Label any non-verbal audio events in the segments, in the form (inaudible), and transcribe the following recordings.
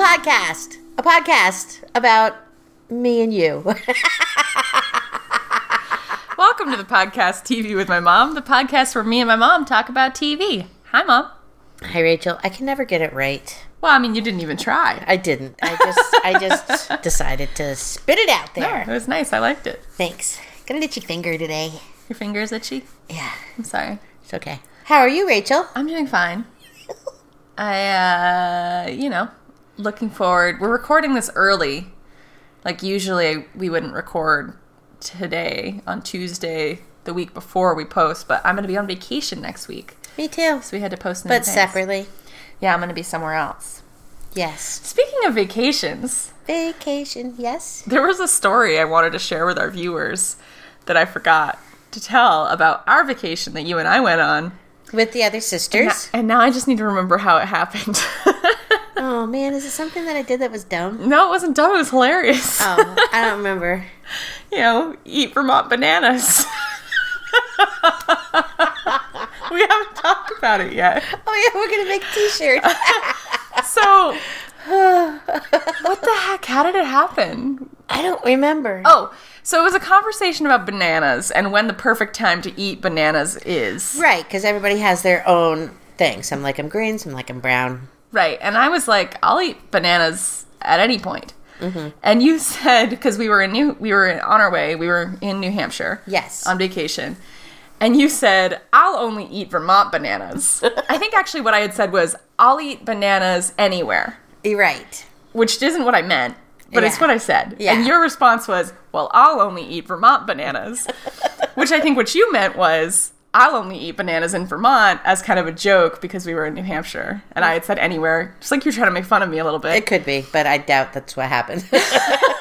podcast. A podcast about me and you. (laughs) Welcome to the podcast TV with my mom, the podcast where me and my mom talk about TV. Hi, mom. Hi, Rachel. I can never get it right. Well, I mean, you didn't even try. I didn't. I just I (laughs) just decided to spit it out There, there. it was nice. I liked it. Thanks. Gonna get your finger today. Your fingers itchy. Yeah, I'm sorry. it's okay. How are you, Rachel? I'm doing fine. I, uh, you know, looking forward. We're recording this early. Like, usually we wouldn't record today on Tuesday, the week before we post, but I'm going to be on vacation next week. Me too. So we had to post in But advance. separately. Yeah, I'm going to be somewhere else. Yes. Speaking of vacations, Vacation, yes. there was a story I wanted to share with our viewers that I forgot to tell about our vacation that you and I went on. With the other (laughs) sisters. And now I just need to remember how it happened. (laughs) Oh man, is it something that I did that was (laughs) dumb? no, it wasn't dumb. It was hilarious. Oh, (laughs) I don't remember. you know, eat Vermont bananas. (laughs) we haven't talked about it yet. Oh yeah, we're gonna make a t-shirt. So, what the heck? How did it happen? I don't remember. Oh, so it was a conversation about bananas and when the perfect time to eat bananas is. Right, because everybody has their own thing. Some like them green, some like them brown. Right. And I was like, I'll eat bananas at any point. And you (laughs) said because we were in New, we were on our way, we were in New Hampshire. Yes. on vacation. And you said, I'll only eat Vermont bananas. I think actually what I had said was, I'll eat bananas anywhere, You're right. which isn't what I meant, but it's Yeah. what I said. Yeah. And your response was, Well, I'll only eat (laughs) Vermont bananas, which I think what you meant was, I'll only eat bananas in Vermont as kind of a joke because we were in New Hampshire. And I had said anywhere, just like you're trying to make fun of me a little bit. It could be, but I doubt that's what happened. (laughs)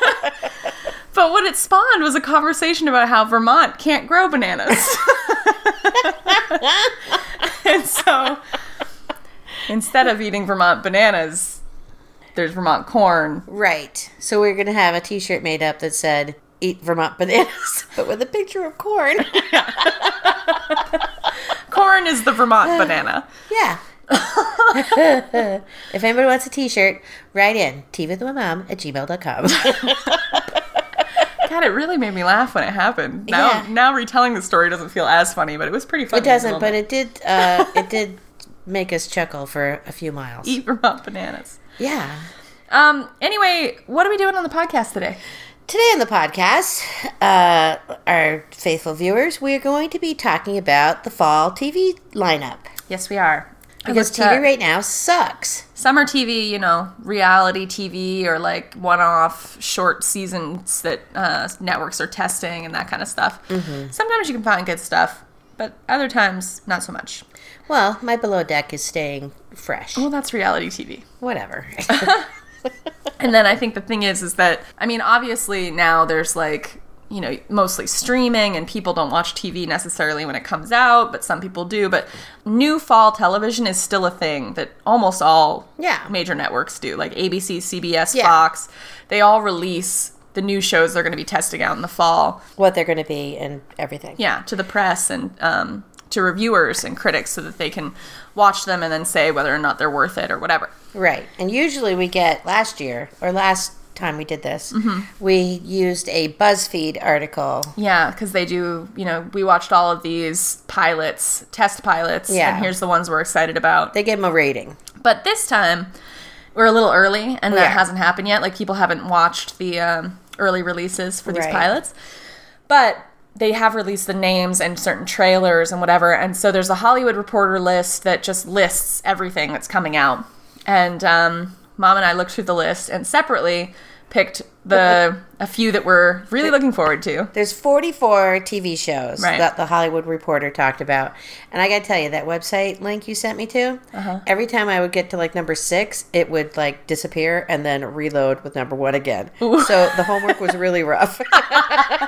But what it spawned was a conversation about how Vermont can't (laughs) grow bananas. (laughs) and so instead of eating Vermont bananas, there's Vermont corn. right. So we're gonna have a T-shirt made up that said "Eat Vermont bananas," (laughs) but with a picture of corn. Corn is the Vermont banana. yeah. (laughs) if anybody wants a T-shirt, write in tea with my mom at (laughs) gmail.com. God, it really made me laugh when it happened. Now, Yeah. now retelling the story doesn't feel as funny, but it was pretty funny. It doesn't, but it did. Uh, it did make us chuckle for a few miles. eat Vermont bananas. Yeah. Um. Anyway, what are we doing on the podcast today? Today on the podcast, uh, our faithful viewers, we are going to be talking about the fall TV lineup Yes, we are. because looked TV up- right now sucks. uh, summer TV, you know, reality TV or like one off short seasons that uh, networks are testing and that kind of stuff. Mm-hmm. Sometimes you can find good stuff, but other times not so much. Well, my below deck is staying fresh. Well, that's reality TV. Whatever. And then I think the thing is, is that, I mean, obviously now there's like, you know, mostly streaming and people don't watch TV necessarily when it comes out, but some people do. But new fall television is still a thing that almost all Yeah. major networks do, like ABC, CBS, Yeah. Fox. They all release the new shows they're going to be testing out in the fall. what they're going to be and everything. Yeah, to the press and um, to reviewers and critics so that they can watch them and then say whether or not they're worth it or whatever. Right. And usually we get last year or last time we did this, we used a BuzzFeed article. Yeah, because they do. You know, we watched all of these pilots, test pilots, Yeah. and here's the ones we're excited about. They give them a rating. But this time, we're a little early, and that Yeah. hasn't happened yet. Like people haven't watched the um, early releases for these Right. pilots, but they have released the names and certain trailers and whatever. And so there's a Hollywood Reporter list that just lists everything that's coming out. And um, mom and I looked through the list and separately picked the a few that we're really looking forward to. There's 44 TV shows Right. that the Hollywood Reporter talked about. And I got to tell you, that website link you sent me to, Uh-huh. every time I would get to like number six, it would like disappear and then reload with number one again. So the homework was really rough. (laughs)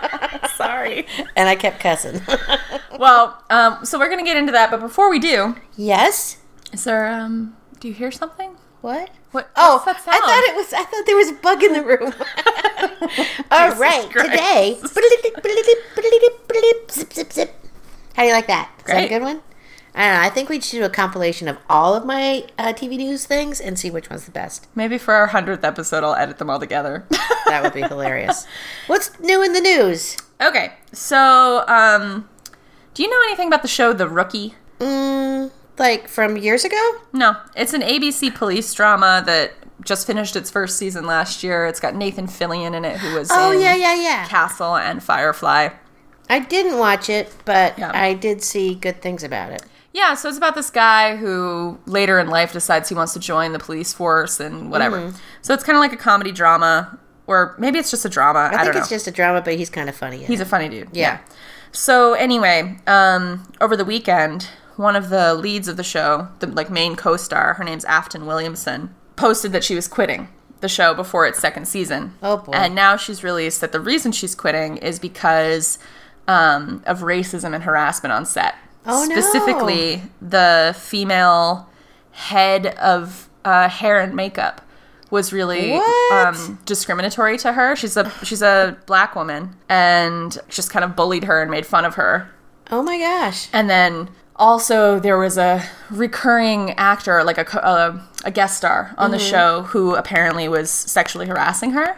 Sorry. and I kept cussing. (laughs) Well, um, so we're gonna get into that, but before we do, yes? is there? Um, do you hear something? What? What? Oh, what's I that sound? thought it was. I thought there was a bug in the (laughs) room. (laughs) All right, Christ. today. blip, blip, blip, blip, blip, zip, zip, zip. How do you like that? Is that a Great. good one? I don't know. I think we should do a compilation of all of my uh, TV news things and see which one's the best. Maybe for our 100th episode, I'll edit them all together. (laughs) That (laughs) would be hilarious. What's new in the news? okay, so um, do you know anything about the show The Rookie? Mm, like from years ago? No, it's an ABC police drama that just finished its first season last year. It's got Nathan Fillion in it, who was Oh, in yeah, yeah, yeah. Castle and Firefly. I didn't watch it, but Yeah. I did see good things about it. Yeah, so it's about this guy who later in life decides he wants to join the police force and whatever. Mm. So it's kind of like a comedy drama, or maybe it's just a drama. I, I, don't think know. it's just a drama, but he's kind of funny. In He's it. a funny dude. Yeah. So anyway, um, over the weekend, one of the leads of the show, the like main co-star, her name's Afton Williamson, posted that she was quitting the show before its second season. Oh, boy. And now she's released that the reason she's quitting is because um, of racism and harassment on set. Oh, no. Specifically, the female head of uh, hair and makeup was really What? um, discriminatory to her. She's a she's a black woman and just kind of bullied her and made fun of her. Oh my gosh. And then also there was a recurring actor, like a co- a, a guest star on the Mm-hmm. show, who apparently was sexually harassing her,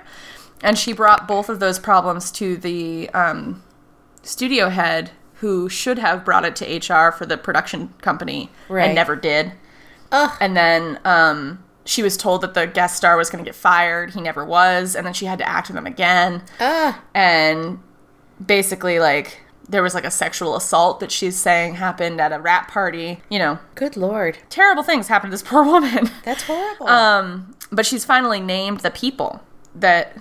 and she brought both of those problems to the um, studio head, who should have brought it to HR for the production company Right. and never did. Ugh. And then um, she was told that the guest star was going to get fired. He never was. And then she had to act with him again. Ugh. And basically, like, there was like a sexual assault that she's saying happened at a rap party. You know, Good lord. terrible things happened to this (laughs) poor woman. That's horrible. Um, but she's finally named the people that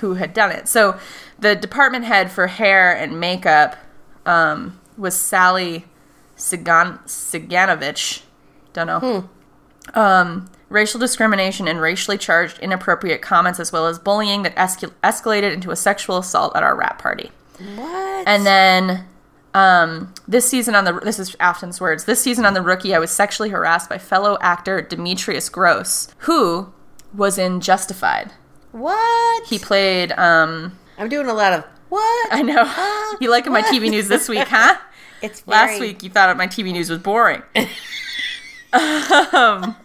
who had done it. So the department head for hair and makeup um, was Sally Sigan- Siganovich. Don't know. Um, racial discrimination and racially charged inappropriate comments, as well as bullying that escal- escalated into a sexual assault at our rap party. what? And then um, this season on the this is Afton's words. This season on the rookie, I was sexually harassed by fellow actor Demetrius Gross, who was in Justified. what? He played. Um, (laughs) I'm doing a lot of what? I (laughs) know you liking my TV news this week, huh? It's very, Last week you thought my TV news (laughs) was boring. um,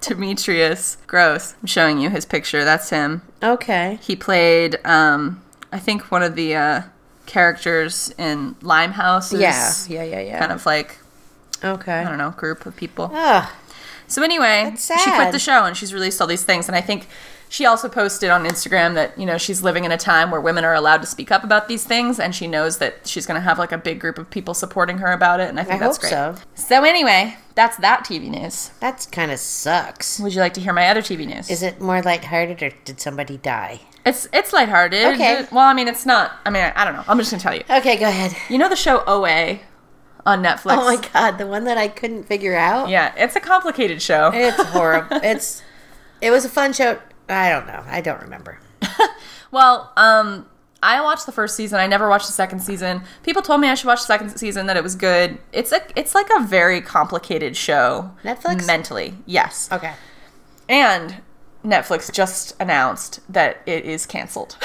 Demetrius Gross. I'm showing you his picture. That's him. Okay. He played, um, I think, one of the uh, characters in Limehouse's Yeah. Yeah. Yeah. Yeah. kind of like Okay. I don't know group of people. Ugh. So anyway, That's she quit sad. the show and she's released all these things. And I think she also posted on Instagram that you know she's living in a time where women are allowed to speak up about these things, and she knows that she's going to have like a big group of people supporting her about it. And I I think that's hope great. so. So anyway, that's that TV news. That's kind of sucks. Would you like to hear my other TV news? Is it more lighthearted or did somebody die? it's it's lighthearted. Okay. Well, I mean, it's not. I mean, I, I don't know. I'm just going to tell you. Okay, go (laughs) ahead. You know the show OA on Netflix. Oh my god, the one that I couldn't figure out. Yeah, it's a complicated show. It's (laughs) horrible. it's it was a fun show. I don't know. I don't remember. Well, um, I watched the first season. I never watched the second season. People told me I should watch the second season. That it was good. It's a, it's like a very complicated show. Netflix? mentally, yes. Okay. And Netflix just announced that it is canceled. (laughs)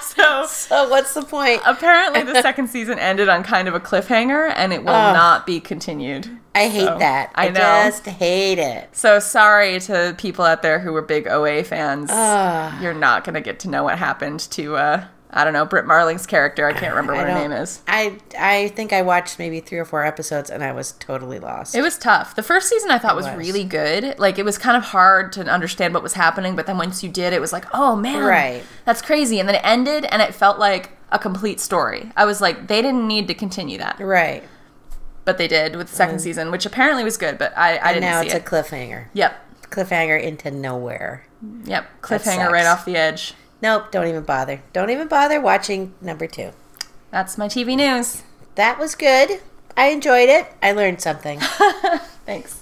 so So what's the point? Oh, apparently, the second season ended on kind of a cliffhanger, and it will not be continued. I hate So, that. I I, know. just hate it. So sorry to people out there who were big OA fans. Ugh. You're not going to get to know what happened to, uh, I don't know, Britt Marling's character. I can't remember I what her don't- name is. I I think I watched maybe three or four episodes and I was totally lost. It was tough. The first season I thought was, was. really good. Like, it was kind of hard to understand what was happening, but then once you did, it was like, oh man, Right. that's crazy. And then it ended, and it felt like a complete story. I was like, they didn't need to continue that, right. but they did with the second season, which apparently was good, but I, I didn't Now see it's it. a cliffhanger. yep, Cliffhanger into nowhere. yep. sucks. Cliffhanger right off the edge. Nope, don't even bother. Don't even bother watching number 2. That's my TV news. That was good. I enjoyed it. I learned something. Thanks.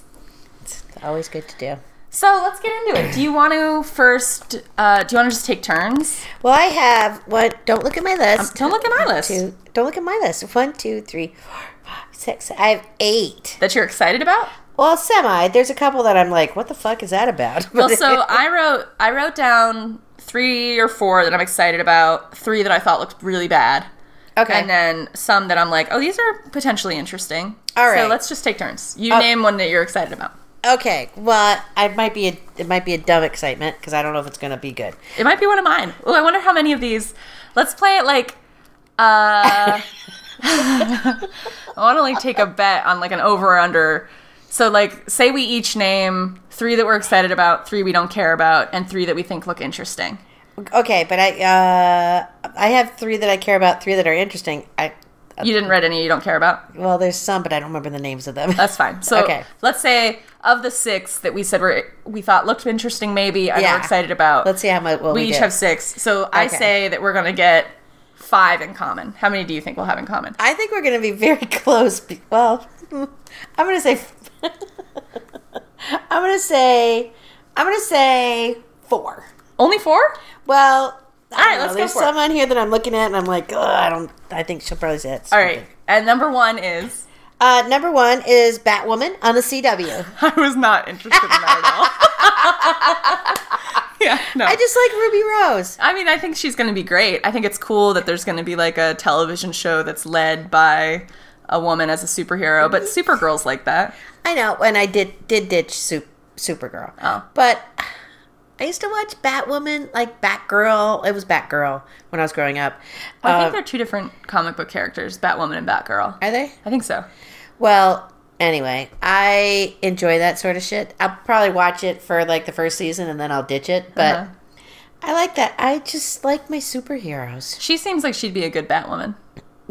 it's always good to do. So let's get into it. Do you want to first? Uh, do you want to just take turns? Well, I have what? Don't look at my list. Don't look at my list Two, don't look at my list. One, two, three, four, five, six. I have eight. that you're (laughs) excited about. Well, semi. There's a couple that I'm like, what the fuck is that about? Well, so I wrote I wrote down three or four that I'm excited about. Three that I thought looked really bad. (laughs) Okay. And then some that I'm like, oh, these are potentially interesting. All So right. Uh, let's just take turns. You name one that you're excited about. Okay. Well, I might be a, it might be a dumb excitement because I don't know if it's going to be good. It might be one of mine. Oh, I wonder how many of these. Let's play it like. (laughs) Uh, (laughs) I want to like take a bet on like an over or under. So like, say we each name three that we're excited about, three we don't care about, and three that we think look interesting. Okay, but I uh, I have three that I care about, three that are interesting. I You didn't read any you don't care about. well, there's some, but I don't remember the names of them. That's fine. So Okay. let's say of the six that we said were we thought looked interesting, maybe and Yeah. we're excited about. (laughs) Let's see how much. Well, we we, each did. have six. So I Okay. say that we're gonna get five in common. How many do you think we'll have in common? I think we're going to be very (laughs) close. be- Well, (laughs) I'm going to say. (laughs) I'm going to say. I'm going to say four. Only four? Well, I right, don't know. let's go There's for it. some on here that I'm looking at, and I'm like, "Ugh, I don't. I think she'll probably say it. All right. And number one is (laughs) Uh, number one is Batwoman on the CW. I was not interested in that (laughs) at all. yeah, no. I just like Ruby Rose. I mean, I think she's going to be great. I think it's cool that there's going to be like a television show that's led by a woman as a superhero, but Mm-hmm. Supergirl's like that. I know, and I did did ditch Sup- Supergirl. Oh. But I used to watch Batwoman, like Batgirl. It was Batgirl when I was growing up. I Uh, think they're two different comic book characters, Batwoman and Batgirl. are they? I think so. Well, anyway, I enjoy that sort of shit. I'll probably watch it for like the first season and then I'll ditch it. But Uh-huh. I like that. I just like my superheroes. She seems like she'd be a good Batwoman.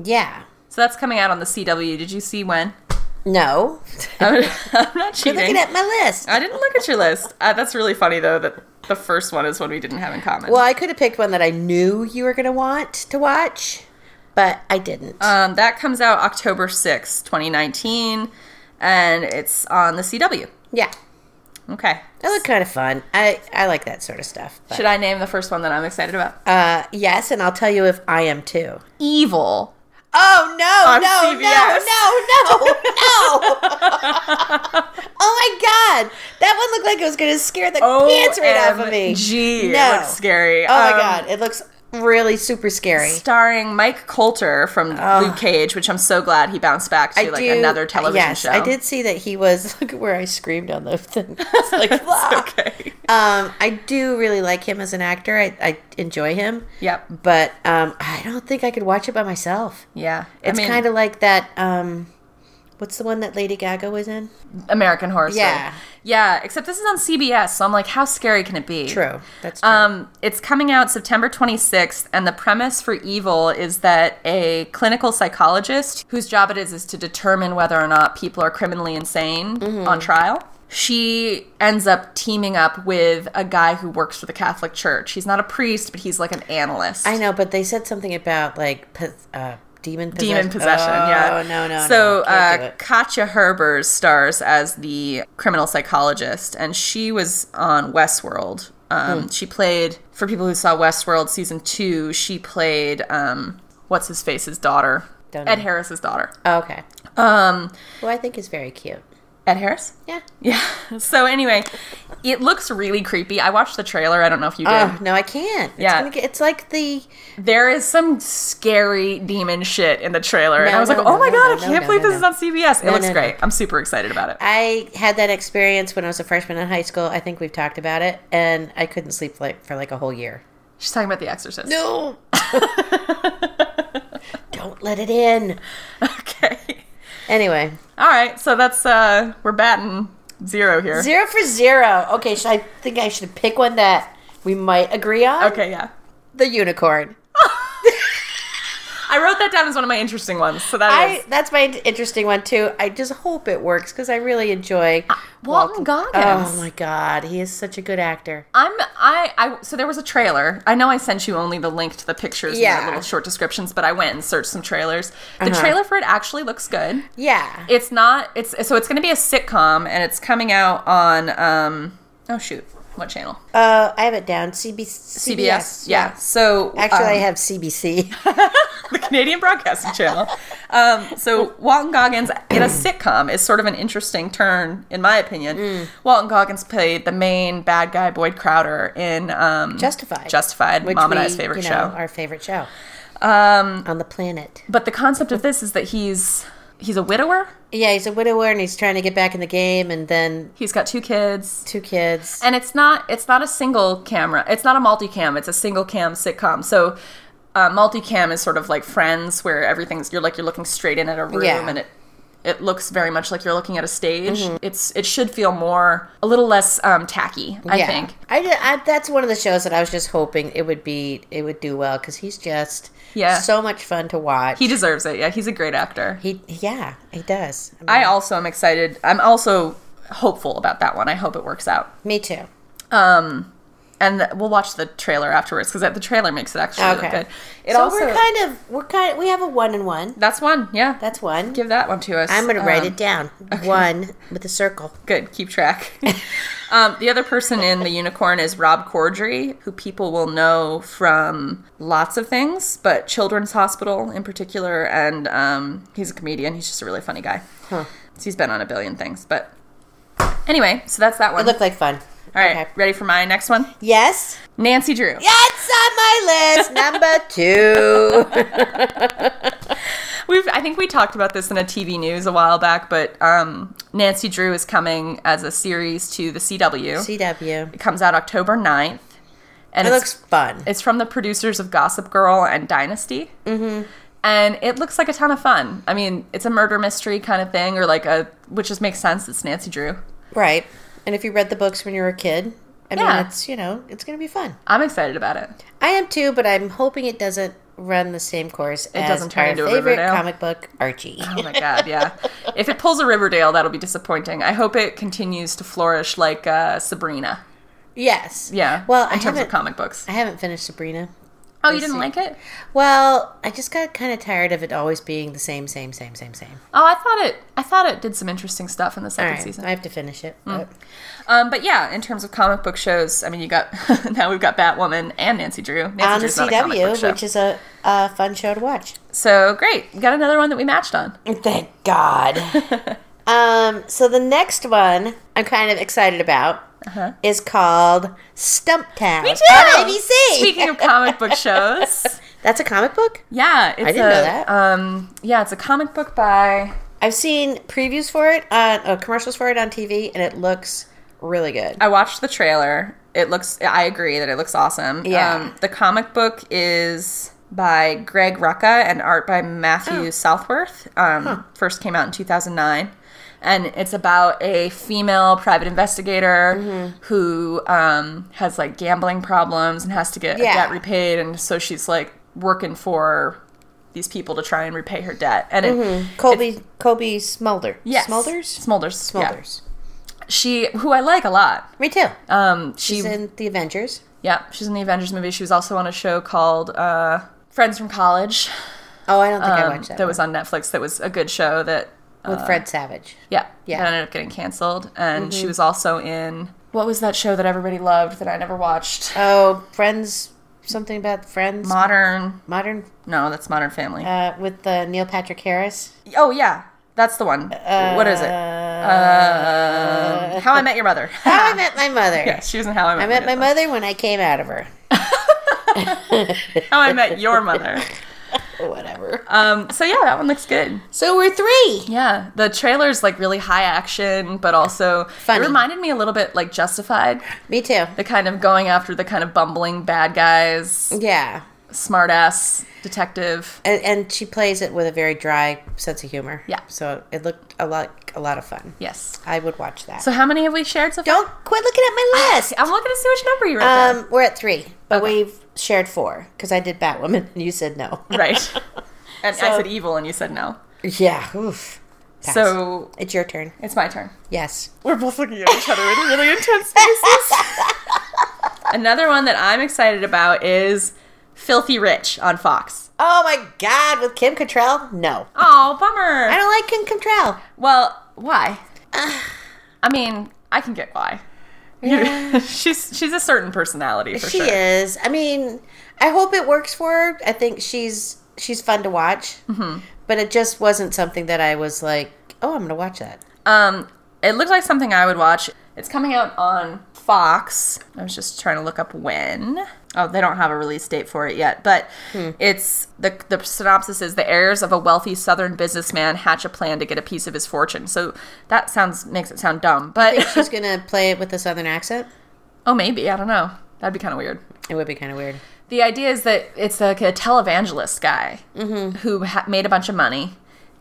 Yeah. So that's coming out on the CW. Did you see when? (laughs) No. I'm I'm not You're cheating. looking at my list. I didn't look at your list. Uh, that's really funny though. That the first one is one we didn't have in common. Well, I could have picked one that I knew you were going to want to watch, but I didn't. Um, that comes out October sixth, 2019, and it's on the CW. yeah. Okay. That looked kind of fun. I, I like that sort of stuff. but- Should I name the first one that I'm excited about? Uh, yes, and I'll tell you if I am too. Evil. Oh no! On no! CBS. No! No! No! No! oh (laughs) my god! That one looked like it was going to scare the pants right off of me. OMG, it No. looks scary. Oh my Um, god! It looks really super scary. Starring Mike Coulter from Luke Cage, which I'm so glad he bounced back to like another television yes, show. I (laughs) did see that he was. (laughs) Look at where I screamed on the thing. It's like, "Fuck." Okay. (laughs) Um, I do really like him as an actor. I, I enjoy him. Yep. But um, I don't think I could watch it by myself. Yeah. It's kind of like that. Um, what's the one that Lady Gaga was in? American Horror Story. Yeah. Yeah, except this is on CBS, so I'm like, how scary can it be? True. That's true. Um, it's coming out September 26th, and the premise for Evil is that a clinical psychologist, whose job it is is to determine whether or not people are criminally insane Mm-hmm. on trial, she ends up teaming up with a guy who works for the Catholic Church. He's not a priest, but he's like an analyst. I know, but they said something about like pos- uh, demon possession. demon possession. Oh, yeah. no, no. no. So Can't do uh, it. Katja Herbers stars as the criminal psychologist, and she was on Westworld. Hmm. Um, She played for people who saw Westworld season two. She played um, what's his face's daughter, Don't Ed know. Harris's daughter. Oh, okay. Um, Well, I think is very cute. Ed Harris. Yeah. Yeah. So anyway, it looks really creepy. I watched the trailer. I don't know if you did. Oh no, I can't. It's Yeah. gonna get, it's like the There is some scary demon shit in the trailer, and No, I was no, like, no, "Oh my no, god, no, I no, can't no, believe no, this no. is on CBS." It No, looks no, no. great. I'm super excited about it. I had that experience when I was a freshman in high school. I think we've talked about it, and I couldn't sleep like for like a whole year. She's talking about The Exorcist. (laughs) No. Don't let it in. (laughs) Okay. Anyway, All right. So that's uh we're batting zero here. zero for zero. Okay, so I think I should pick one that we might agree on. Okay. Yeah. The unicorn. I wrote that down as one of my interesting ones. So that is I that's my in- interesting one too. I just hope it works because I really enjoy. Ah, Walton Goggins. Oh my god, he is such a good actor. I'm I I so there was a trailer. I know I sent you only the link to the pictures and Yeah. Uh-huh. the little short descriptions, but I went and searched some trailers. The trailer for it actually looks good. Yeah, It's not. It's so it's going to be a sitcom, and it's coming out on. um Oh shoot, what channel? uh, I have it down. CB- CBS. Yeah. So Actually, um, I have (laughs) CBC. the Canadian Broadcasting Channel. Um, so Walton Goggins in a sitcom is sort of an interesting turn, in my opinion. Mm. Walton Goggins played the main bad guy Boyd Crowder in um, Justified. Justified, Which Mom and we, I's favorite you know, show. Our favorite show. Um, on the planet. but the concept of this is that he's he's a widower. Yeah, he's a widower and he's trying to get back in the game, and then He's got two kids. two kids. And it's not it's not a single camera. It's not a multicam. It's a single cam sitcom. So uh, multicam is sort of like Friends, where everything's you're like you're looking straight in at a room, Yeah. Mm-hmm. and it it looks very much like you're looking at a stage. It's it should feel more a little less um, tacky. I yeah. think. I, ju- I- that's one of the shows that I was just hoping it would be it would do well because he's just Yeah. so much fun to watch. He deserves it. Yeah, he's a great actor. he yeah he does. I mean, I also am excited. I'm also hopeful about that one. I hope it works out. me too. And th- we'll watch the trailer afterwards because the trailer makes it actually look Okay. good. It so also we're kind of we're kind of, we have a one and one. that's one. Yeah, That's one. give that one to us. I'm gonna write Um, it down. One with a circle. Good, keep (laughs) track. um, the other person in the unicorn is Rob Corddry, who people will know from lots of things, but Children's Hospital in particular. And um, he's a comedian. He's just a really funny guy. Huh. So he's been on a billion things, but anyway, so that's that It one. looked like fun. All right, okay. ready for my next one? Yes, Nancy Drew. that's on my list. Number two. (laughs) We've, I think we talked about this in a TV news a while back, but um, Nancy Drew is coming as a series to the CW. CW. it comes out October 9th. And It it's, looks fun. it's from the producers of Gossip Girl and Dynasty. Mm-hmm. And it looks like a ton of fun. I mean, it's a murder mystery kind of thing, or like a, which just makes sense. It's Nancy Drew. Right. And if you read the books when you were a kid, I mean, Yeah. it's you know, it's gonna be fun. I'm excited about it. I am too, but I'm hoping it doesn't run the same course as doesn't turn our into a favorite Riverdale. comic book, Archie. Oh my God, yeah. if it pulls a Riverdale, that'll be disappointing. I hope it continues to flourish like uh, Sabrina. (laughs) yes. Yeah. Well, I in terms of haven't. comic books. I haven't finished Sabrina. Oh, you didn't see. like it? Well, I just got kind of tired of it always being the same, same, same, same, same. Oh, I thought it. I thought it did some interesting stuff in the All second right, season. I have to finish it. but- Um, but yeah, in terms of comic book shows, I mean, you got (laughs) now we've got Batwoman and Nancy Drew Nancy on the Drew's not a comic book CW, show. which is a, a fun show to watch. so great. We got another one that we (laughs) matched on. Thank God. um, so the next one I'm kind of excited about Uh-huh. is called Stumptown on ABC. Speaking of comic book (laughs) shows, That's a comic book. yeah, it's didn't know a, that. Um, yeah, it's a comic book by. I've seen previews for it on uh, commercials for it on TV, and it looks really good. I watched the trailer. It looks. I agree that it looks awesome. Um, Yeah. the comic book is by Greg Rucka and art by Oh. Matthew Southworth. Um, First came out in 2009. And it's about a female private investigator Mm-hmm. who um, has like gambling problems and has to get a Yeah. debt repaid. And so she's like working for these people to try and repay her debt. And it, Colby Colby Smulder. Uh, yes. Mm-hmm. Smulders. Smolders. Smulders. Smolders. She, who I like a lot. Me too. Um, she She's in the Avengers. Yeah, she's in the Avengers movie. She was also on a show called uh, Friends from College Oh, I don't think I um, watched that, that. was uh, on Netflix. That was a good show. That one. with Fred Savage. yeah, Yeah. Mm-hmm. that ended up getting canceled. And she was also in what was that show that everybody loved that I never watched? Oh, Friends. Something about Friends. Modern. Modern No, that's Modern Family. uh, with uh, Neil Patrick Harris. oh yeah, that's the one. what is it? uh, Uh, How I Met (laughs) Your Mother. How I Met My Mother. yeah, she was in How I Met, I met my Your mother when I came out of her. How I Met (laughs) Your Mother. Or whatever. Um, so yeah, that one looks good. so we're three. Yeah, the trailer's like really high action, but also Funny. it reminded me a little bit like Justified, Me too. the kind of going after the kind of bumbling bad guys, Yeah. smart ass detective. And, and she plays it with a very dry sense of humor. Yeah. So it looked a lot a lot of fun. Yes. I would watch that. Ah, So how many have we shared so far? don't quit looking at my list. I'm looking to see which number you wrote down. Um, (laughs) we're at three, but we've shared four because I did Batwoman and you said no. Right. And I so- said evil, and you said no. (laughs) Yeah. Oof. Pass. So it's your turn. it's my turn. Yes. We're both looking at each other with really intense faces. (laughs) Another one that I'm excited about is Filthy Rich on Fox. (laughs) Oh my God! With Kim Cattrall? No, Oh, bummer. I don't like Kim Cattrall. Well, (sighs) why? I mean, I can get why. You- (laughs) she's she's a certain personality for she sure. is. I mean, I hope it works for her. I think she's she's fun to watch, Mm-hmm. but it just wasn't something that I was like, oh, I'm gonna watch that. Um, it looked like something I would watch. It's coming out on Fox. I was just trying to look up when. Oh, they don't have a release date for it yet, but Hmm. it's the the synopsis is the heirs of a wealthy southern businessman hatch a plan to get a piece of his fortune. So that sounds makes it sound dumb, but She's gonna play it with a southern accent. (laughs) oh maybe, I don't know. That'd be kind of weird. It would be kind of weird. The idea is that it's like a televangelist guy Mm-hmm. who ha- made a bunch of money,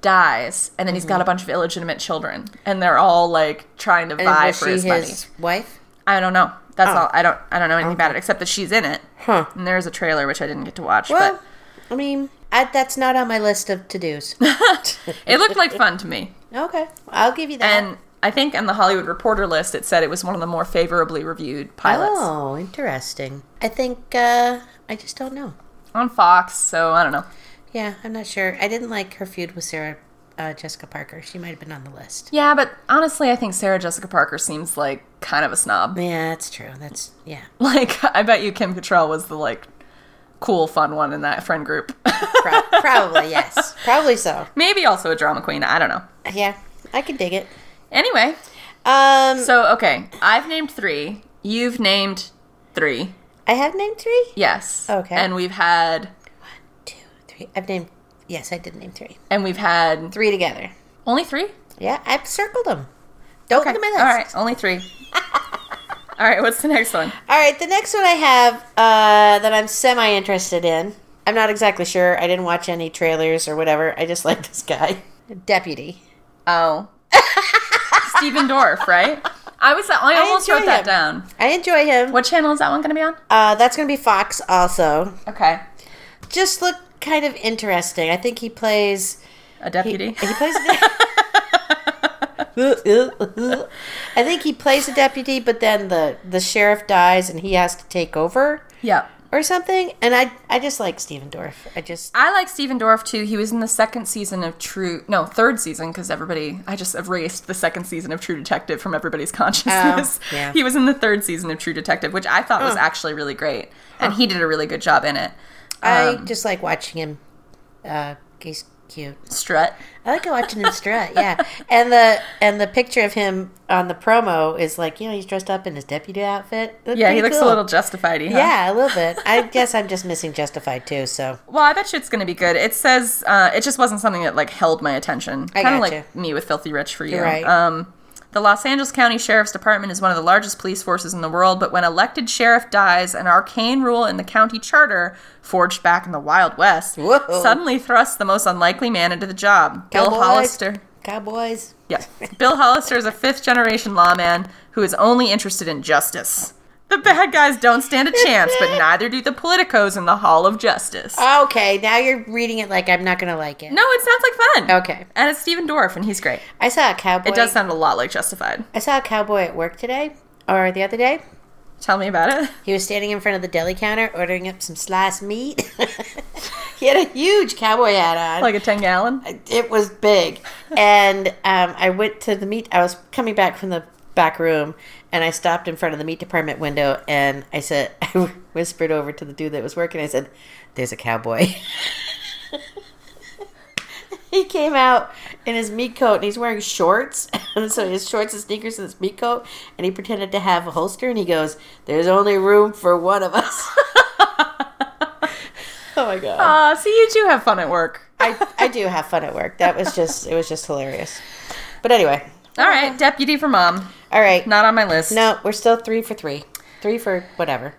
dies, and then he's got a bunch of illegitimate children, and they're all like trying to Mm-hmm. And vie was for she his, his Oh. money. wife? I don't know. That's all. I don't. I don't know anything about it except that she's in it. Huh. And there's a trailer which I didn't get to watch, Well, I mean, I, that's not on my list of to (laughs) dos. but it looked like fun to me. okay, I'll give you that. And I think on the Hollywood Reporter list, it said it was one of the more favorably reviewed pilots oh, interesting. I think uh, I just don't know. on Fox. So I don't know. Yeah, I'm not sure. I didn't like her feud with Sarah uh, Jessica Parker. She might have been on the list. Yeah, but honestly, I think Sarah Jessica Parker seems like kind of a snob. Yeah, that's true. That's yeah, (laughs) Like I bet you Kim Cattrall was the like cool, fun one in that friend group. (laughs) Pro- probably yes, probably so. Maybe also a drama queen. I don't know. Yeah, I can dig it. Anyway, Um, so okay, I've named three. You've named three. I have named three. Yes. Okay. And we've had Two, three. I've named. Yes, I did name three. and we've had Three together. only three. Yeah, I've circled them. Don't Okay. look at my list. All right, (laughs) only three. All right, what's the next one? All right, the next one I have uh, that I'm semi interested in. I'm not exactly sure. I didn't watch any trailers or whatever. I just (laughs) like this guy, deputy. (laughs) Oh, Stephen Dorff, right? I was I almost enjoy wrote that him. down. I enjoy him. What channel is that one going to be on? Uh, that's going to be Fox also. Okay, Just look kind of interesting. I think he plays. a He, deputy. he plays. (laughs) I think he plays a deputy, but then the the sheriff dies and he has to take over yeah. or something. And I I just like Steven Dorff. I just I like Stephen Dorff too. He was in the second season of True, no, third season because everybody. I just erased the second season of True Detective from everybody's (laughs) consciousness. Oh, yeah. Oh. He was in the third season of True Detective, which I thought was actually really great, and he did a really good job in it. I Um, just like watching him. Uh, he's cute. Strut. I like watching him strut. Yeah, (laughs) and the and the picture of him on the promo is like you know he's dressed up in his deputy outfit. That's Yeah, he pretty looks a cool. little justified. Huh? Yeah, a little bit. (laughs) I guess I'm just missing Justified too. So Well, I bet you it's going to be good. It says uh, it just wasn't something that like held my attention. I Kind of gotcha. like me with Filthy Rich for you. Right. Um, the Los Angeles County Sheriff's Department is one of the largest police forces in the world, but when elected sheriff dies, an arcane rule in the county charter, forged back in the Wild West, Whoa. suddenly thrusts the most unlikely man into the job, Bill Cowboys. Hollister. Cowboys. (laughs) Yeah. Bill Hollister is a fifth generation lawman who is only interested in justice. The bad guys don't stand a chance, but neither do the politicos in the Hall of Justice. Okay, now you're reading it like I'm not gonna like it. No, it sounds like fun. Okay, And it's Stephen Dorff, and he's great. I saw a cowboy. It does sound a lot like Justified. I saw a cowboy at work today or the other day. Tell me about it. (laughs) He was standing in front of the deli counter ordering up some sliced meat. (laughs) he had a huge cowboy hat on. Like a 10 gallon. (laughs) (laughs) it was (laughs) big and um, i went to the meat i was coming back from the back room and i stopped in front of the meat department window and i said (laughs) i whispered over to the dude that was working i said there's a cowboy (laughs) he came out in his meat coat and he's wearing shorts (laughs) and so his shorts and sneakers and his meat coat and he pretended to have a holster and he goes there's only room for one of us (laughs) oh my god Aw, see, you do have fun at work. I, I do have fun at work. That was just it was just hilarious. But anyway, All right, deputy for mom. all right. Not on my list. No, we're still three for three, three for whatever.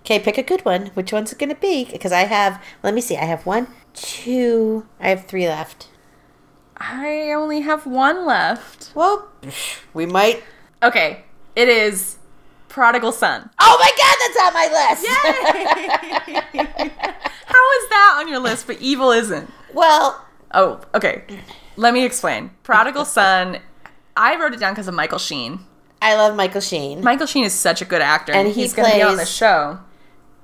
Okay, pick a good one. Which one's it gonna be? Because I have. Let me see. I have one, two. I have three left. I only have one left. Well, we might. Okay, it is Prodigal Son. Oh my God, that's on my list. How is that on your list, but evil isn't? (laughs) Well, Oh, okay. Let me explain. (laughs) Prodigal Son, I wrote it down because of Michael Sheen. I love Michael Sheen. Michael Sheen is such a good actor, and, And he he's going to be on the plays- show.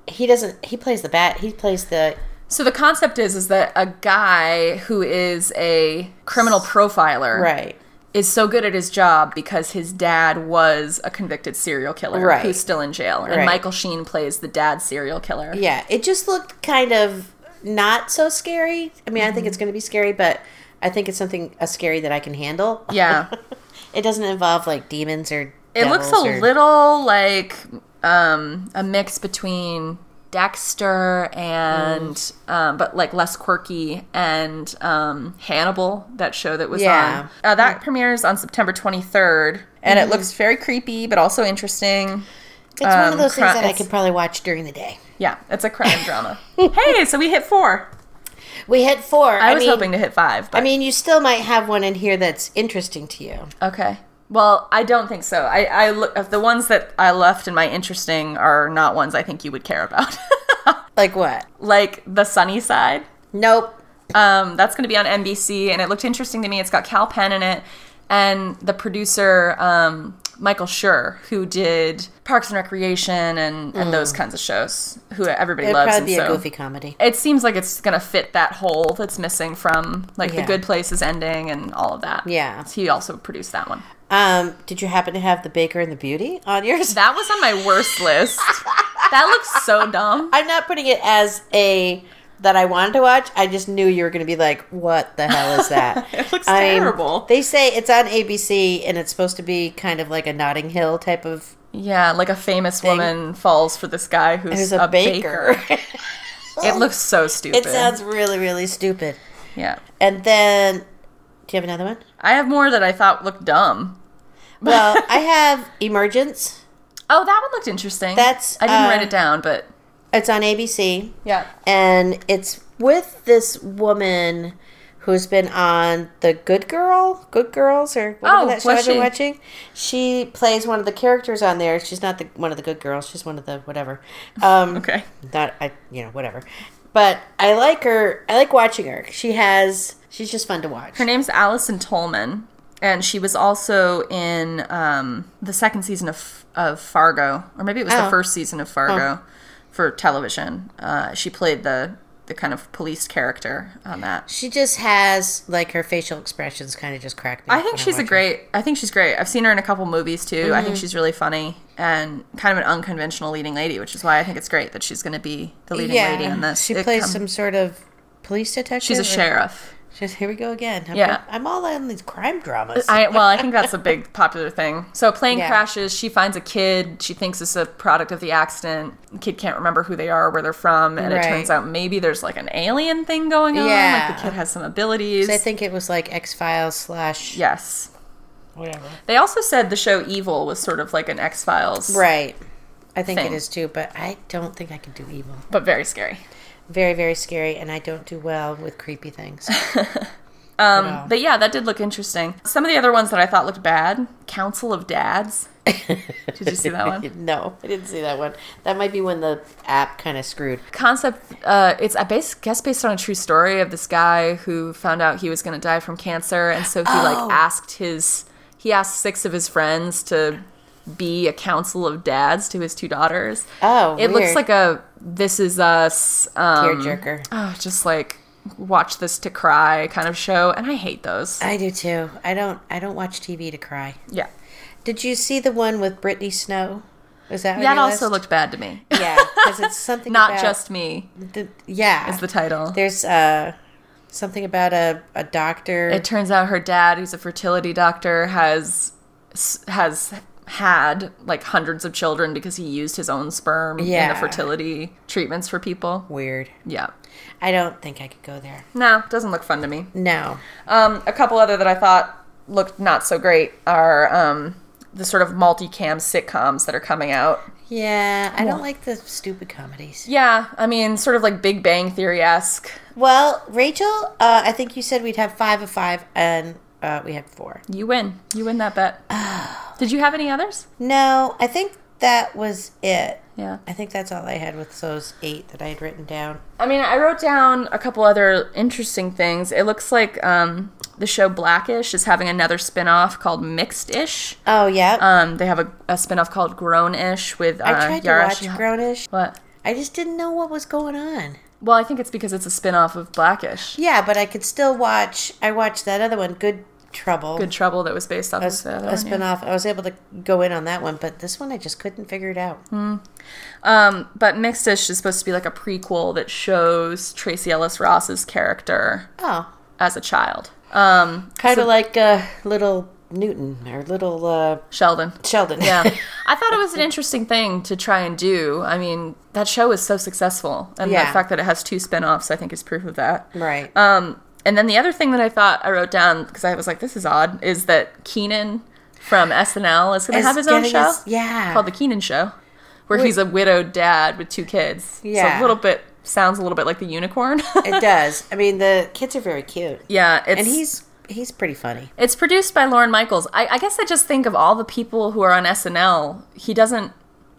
he doesn't. He plays the bat. He plays the. So the concept is is that a guy who is a criminal profiler Right. is so good at his job because his dad was a convicted serial killer Right. who's still in jail. And Right. Michael Sheen plays the dad serial killer. Yeah, it just looked kind of not so scary. I mean, I think it's Mm-hmm. going to be scary, but (laughs) I think it's something a scary that I can handle. Yeah. it doesn't involve like demons or It looks a devils or- little like um, a mix between Dexter and, um, but like less quirky, and um, Hannibal, that show that was Yeah. on. Uh, that premieres on September Mm-hmm. 23rd, and it looks very creepy, but also interesting. It's one Um, of those cri- things that I it's- could probably watch during the day. Yeah, it's (laughs) a crime drama. hey, so we hit four. We hit four. I, I, was mean, hoping to hit five. But, I mean, you still might have one in here that's interesting to you. okay. Well, I don't think so. I, I look, the ones that I left in my interesting are not ones I think you would care about. (laughs) Like what? like the sunny side. Nope. Um, that's going to be on NBC, and it looked interesting to me. It's got Cal Penn in it, and the producer um, Michael Schur, who did Parks and Recreation and, and those kinds of shows, who everybody It'd loves. Mm. probably and be a so- goofy comedy. it seems like it's gonna fit that hole that's missing from like the Yeah. good place is ending and all of that Yeah. he also produced that one Um, did you happen to have the Baker and the Beauty on yours? that was on my worst list that looks so dumb I'm not putting it as a that I wanted to watch. I just knew you were going to be like, "What the hell is (laughs) that?" it looks I'm- terrible They say it's on ABC and it's supposed to be kind of like a Notting Hill type of. yeah like a famous woman falls for this guy who's There's a, a, baker. (laughs) baker, it looks so stupid it sounds really, really stupid. yeah And then, do you have another one? i have more that i thought looked dumb Well, (laughs) I have Emergence. oh that one looked interesting That's, i didn't uh, write it down but It's on ABC. yeah and it's with this woman who's been on the Good Girl, Good Girls, or whatever Oh, that show was I've been she? watching. She plays one of the characters on there. She's not the one of the good girls. She's one of the whatever. Um, (laughs) okay Not I, you know, whatever. But I like her. I like watching her. She has. She's just fun to watch. Her name's Allison Tolman, and she was also in um, the second season of of Fargo, or maybe it was the Oh. first season of Fargo for television. Uh, she played the the kind of police character on that. She just has like her facial expressions kind of just crack me. I up think when she's watch a her. Mm-hmm. great. I think she's great. I've seen her in a couple movies too. I think she's really funny and kind of an unconventional leading lady, which is why I think it's great that she's going to be the leading yeah. lady in this. She It plays come- some sort of police detective. She's a or- sheriff. Just here we go again. I'm, Yeah. I'm all on these crime dramas. (laughs) I, well, I think that's a big popular thing. So a plane Yeah. crashes. She finds a kid. She thinks it's a product of the accident. The kid can't remember who they are, where they're from, and it Right. turns out maybe there's like an alien thing going on. Like Yeah. the kid has some abilities. I think it was like X Files slash yes. whatever. They also said the show Evil was sort of like an X Files, Right. I think Thing. it is too, but I don't think I can do evil. but very scary. Very, very scary, and I don't do well with creepy (laughs) things. um, But yeah, that did look interesting. Some of the other ones that I thought looked bad: Council (laughs) of Dads. Did you see that one? no, I didn't see that one. That might be when the app kind of screwed. concept uh, it's a base guess based on a true story of this guy who found out he was going to die from cancer and so he like Oh. asked his he asked six of his friends to be a council of dads to his two daughters Oh, it looks weird. like a this is us um, Tearjerker. oh, just like watch this to cry kind of show and i hate those I do too. I don't. I don't watch TV to cry. yeah Did you see the one with Brittany Snow? Was that on that your also list? looked bad to me yeah because it's something (laughs) not about just me the, yeah is the title There's uh, something about a, a doctor. It turns out her dad, who's a fertility doctor, has has had like hundreds of children because he used his own sperm in Yeah. the fertility treatments for people. Weird. Yeah. I don't think I could go there. No, doesn't look fun to me. No. Um, a couple other that I thought looked not so great are um, the sort of multicam sitcoms that are coming out. Yeah, I don't like the stupid comedies. Yeah, I mean, sort of like Big Bang Theory esque. Well, Rachel, uh, I think you said we'd have five of five, and uh, we had four. You win. You win that bet. (sighs) Did you have any others? No, I think that was it. Yeah. I think that's all I had with those eight that I had written down. I mean, I wrote down a couple other interesting things. It looks like um, the show Blackish is having another spin off called Mixed Ish. Oh, yeah. Um, they have a, a spin off called Grown Ish with uh, I tried Yara to Shah- watch Grownish. What? I just didn't know what was going on. Well, I think it's because it's a spin off of Blackish. Yeah, but I could still watch. I watched that other one, Good Trouble. Good Trouble that was based off of the other a one. yeah. spin off. I was able to go in on that one, but this one I just couldn't figure it out. Um, but Mixed Ish is supposed to be like a prequel that shows Tracy Ellis Ross's character Oh, as a child. Um, kind of like a uh, little Newton or little uh, Sheldon. Sheldon. (laughs) Yeah. I thought it was an interesting thing to try and do. I mean, that show is so successful. And Yeah. the fact that it has two spin offs, I think, is proof of that. right. Um, and then the other thing that I thought I wrote down, because I was like, this is odd, is that Keenan from SNL is going to Is have his own getting show his- yeah. called The Keenan Show, where he's a widowed dad with two kids. So Yeah. a little bit, sounds a little bit like the unicorn. it does. I mean, the kids are very cute, (laughs) yeah. It's, and he's he's pretty funny. It's produced by Lauren Michaels. I, I guess I just think of all the people who are on SNL, he doesn't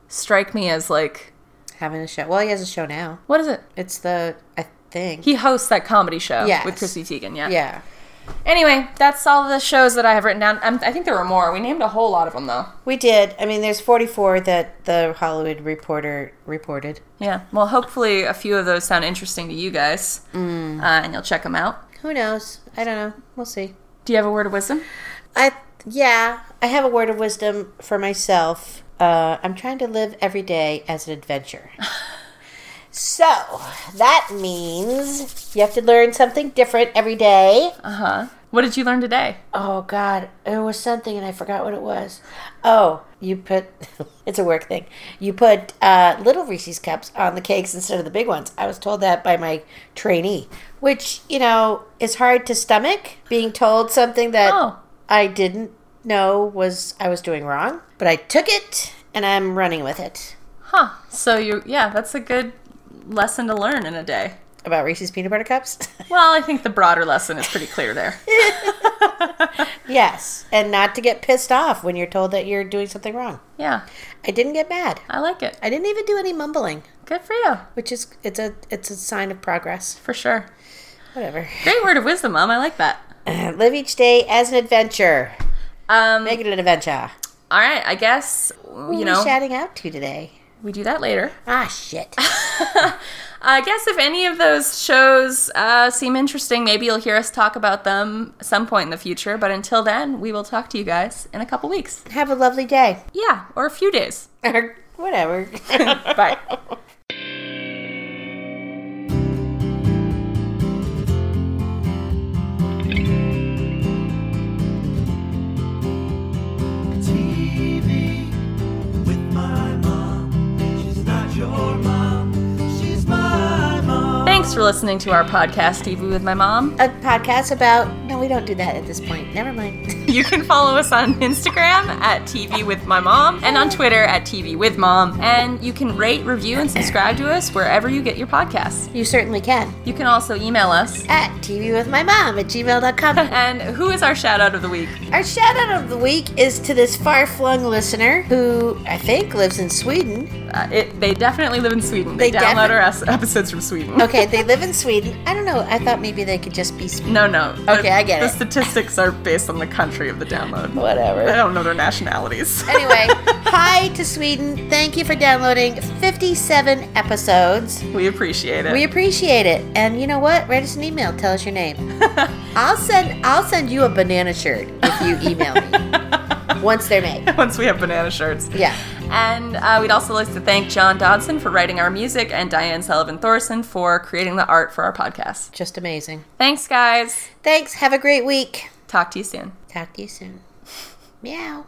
strike me as like Having a show. Well, he has a show now. what is it? It's the I think. He hosts that comedy show Yes. with Chrissy Teigen. Yeah. yeah. Anyway, that's all the shows that I have written down. Um, I think there were more. We named a whole lot of them though. We did. I mean, there's 44 that the Hollywood Reporter reported. Yeah. Well, hopefully a few of those sound interesting to you guys, uh, and you'll check them out. Who knows? I don't know. We'll see. Do you have a word of wisdom? I yeah, I have a word of wisdom for myself. Uh, I'm trying to live every day as an adventure. (laughs) so that means you have to learn something different every day. Uh huh. What did you learn today? Oh God, it was something and I forgot what it was. Oh, you put (laughs) it's a work thing. You put uh, little Reese's cups on the cakes instead of the big ones. I was told that by my trainee, which you know is hard to stomach. Being told something that Oh. I didn't know was I was doing wrong, but I took it and I'm running with it Huh. So you, yeah, that's a good lesson to learn in a day. about Reese's peanut butter cups. (laughs) Well, I think the broader lesson is pretty clear (laughs) there. yes, and not to get pissed off when you're told that you're doing something wrong. Yeah, I didn't get mad. I like it. I didn't even do any mumbling. Good for you, which is it's a it's a sign of progress. for sure. Whatever. (laughs) Great word of wisdom, Mom. I like that. Live each day as an adventure. Um, Make it an adventure. all right, I guess you Who know are we shouting out to today? we do that later. Ah, shit. (laughs) I guess if any of those shows uh, seem interesting, maybe you'll hear us talk about them some point in the future. But until then, we will talk to you guys in a couple weeks. Have a lovely day. Yeah, or a few days. Or whatever. (laughs) Bye. TV with my mom. She's not your mom, she's my mom. Thanks for listening to our podcast, TV with my mom. a podcast about no, we don't do that at this point. Never mind. (laughs) You can follow us on Instagram at TV with my mom and on Twitter at TV with mom. And you can rate, review, and subscribe to us wherever you get your podcasts. You certainly can. You can also email us. At TV with my mom at (laughs) gmail.com. And who is our shout out of the week? Our shout out of the week is to this far flung listener who I think lives in Sweden. Uh, it, they definitely live in Sweden. They, They download defi- our es- episodes from Sweden. Okay, they live in Sweden. I don't know. I thought maybe they could just be No, no. The- Okay, I get the it. statistics are based on the country of the download. whatever. I don't know their nationalities. Anyway, hi to Sweden. Thank you for downloading 57 episodes. (laughs) we appreciate it. We appreciate it. And you know what? Write us an email. Tell us your name. I'll send I'll send you a banana shirt if you email me. Once they're made. Once we have banana shirts. Yeah. And uh, we'd also like to thank John Dodson for writing our music and Diane Sullivan Thorson for creating the art for our podcast. Just amazing. Thanks, guys. Thanks. Have a great week. Talk to you soon. Talk to you soon. Meow.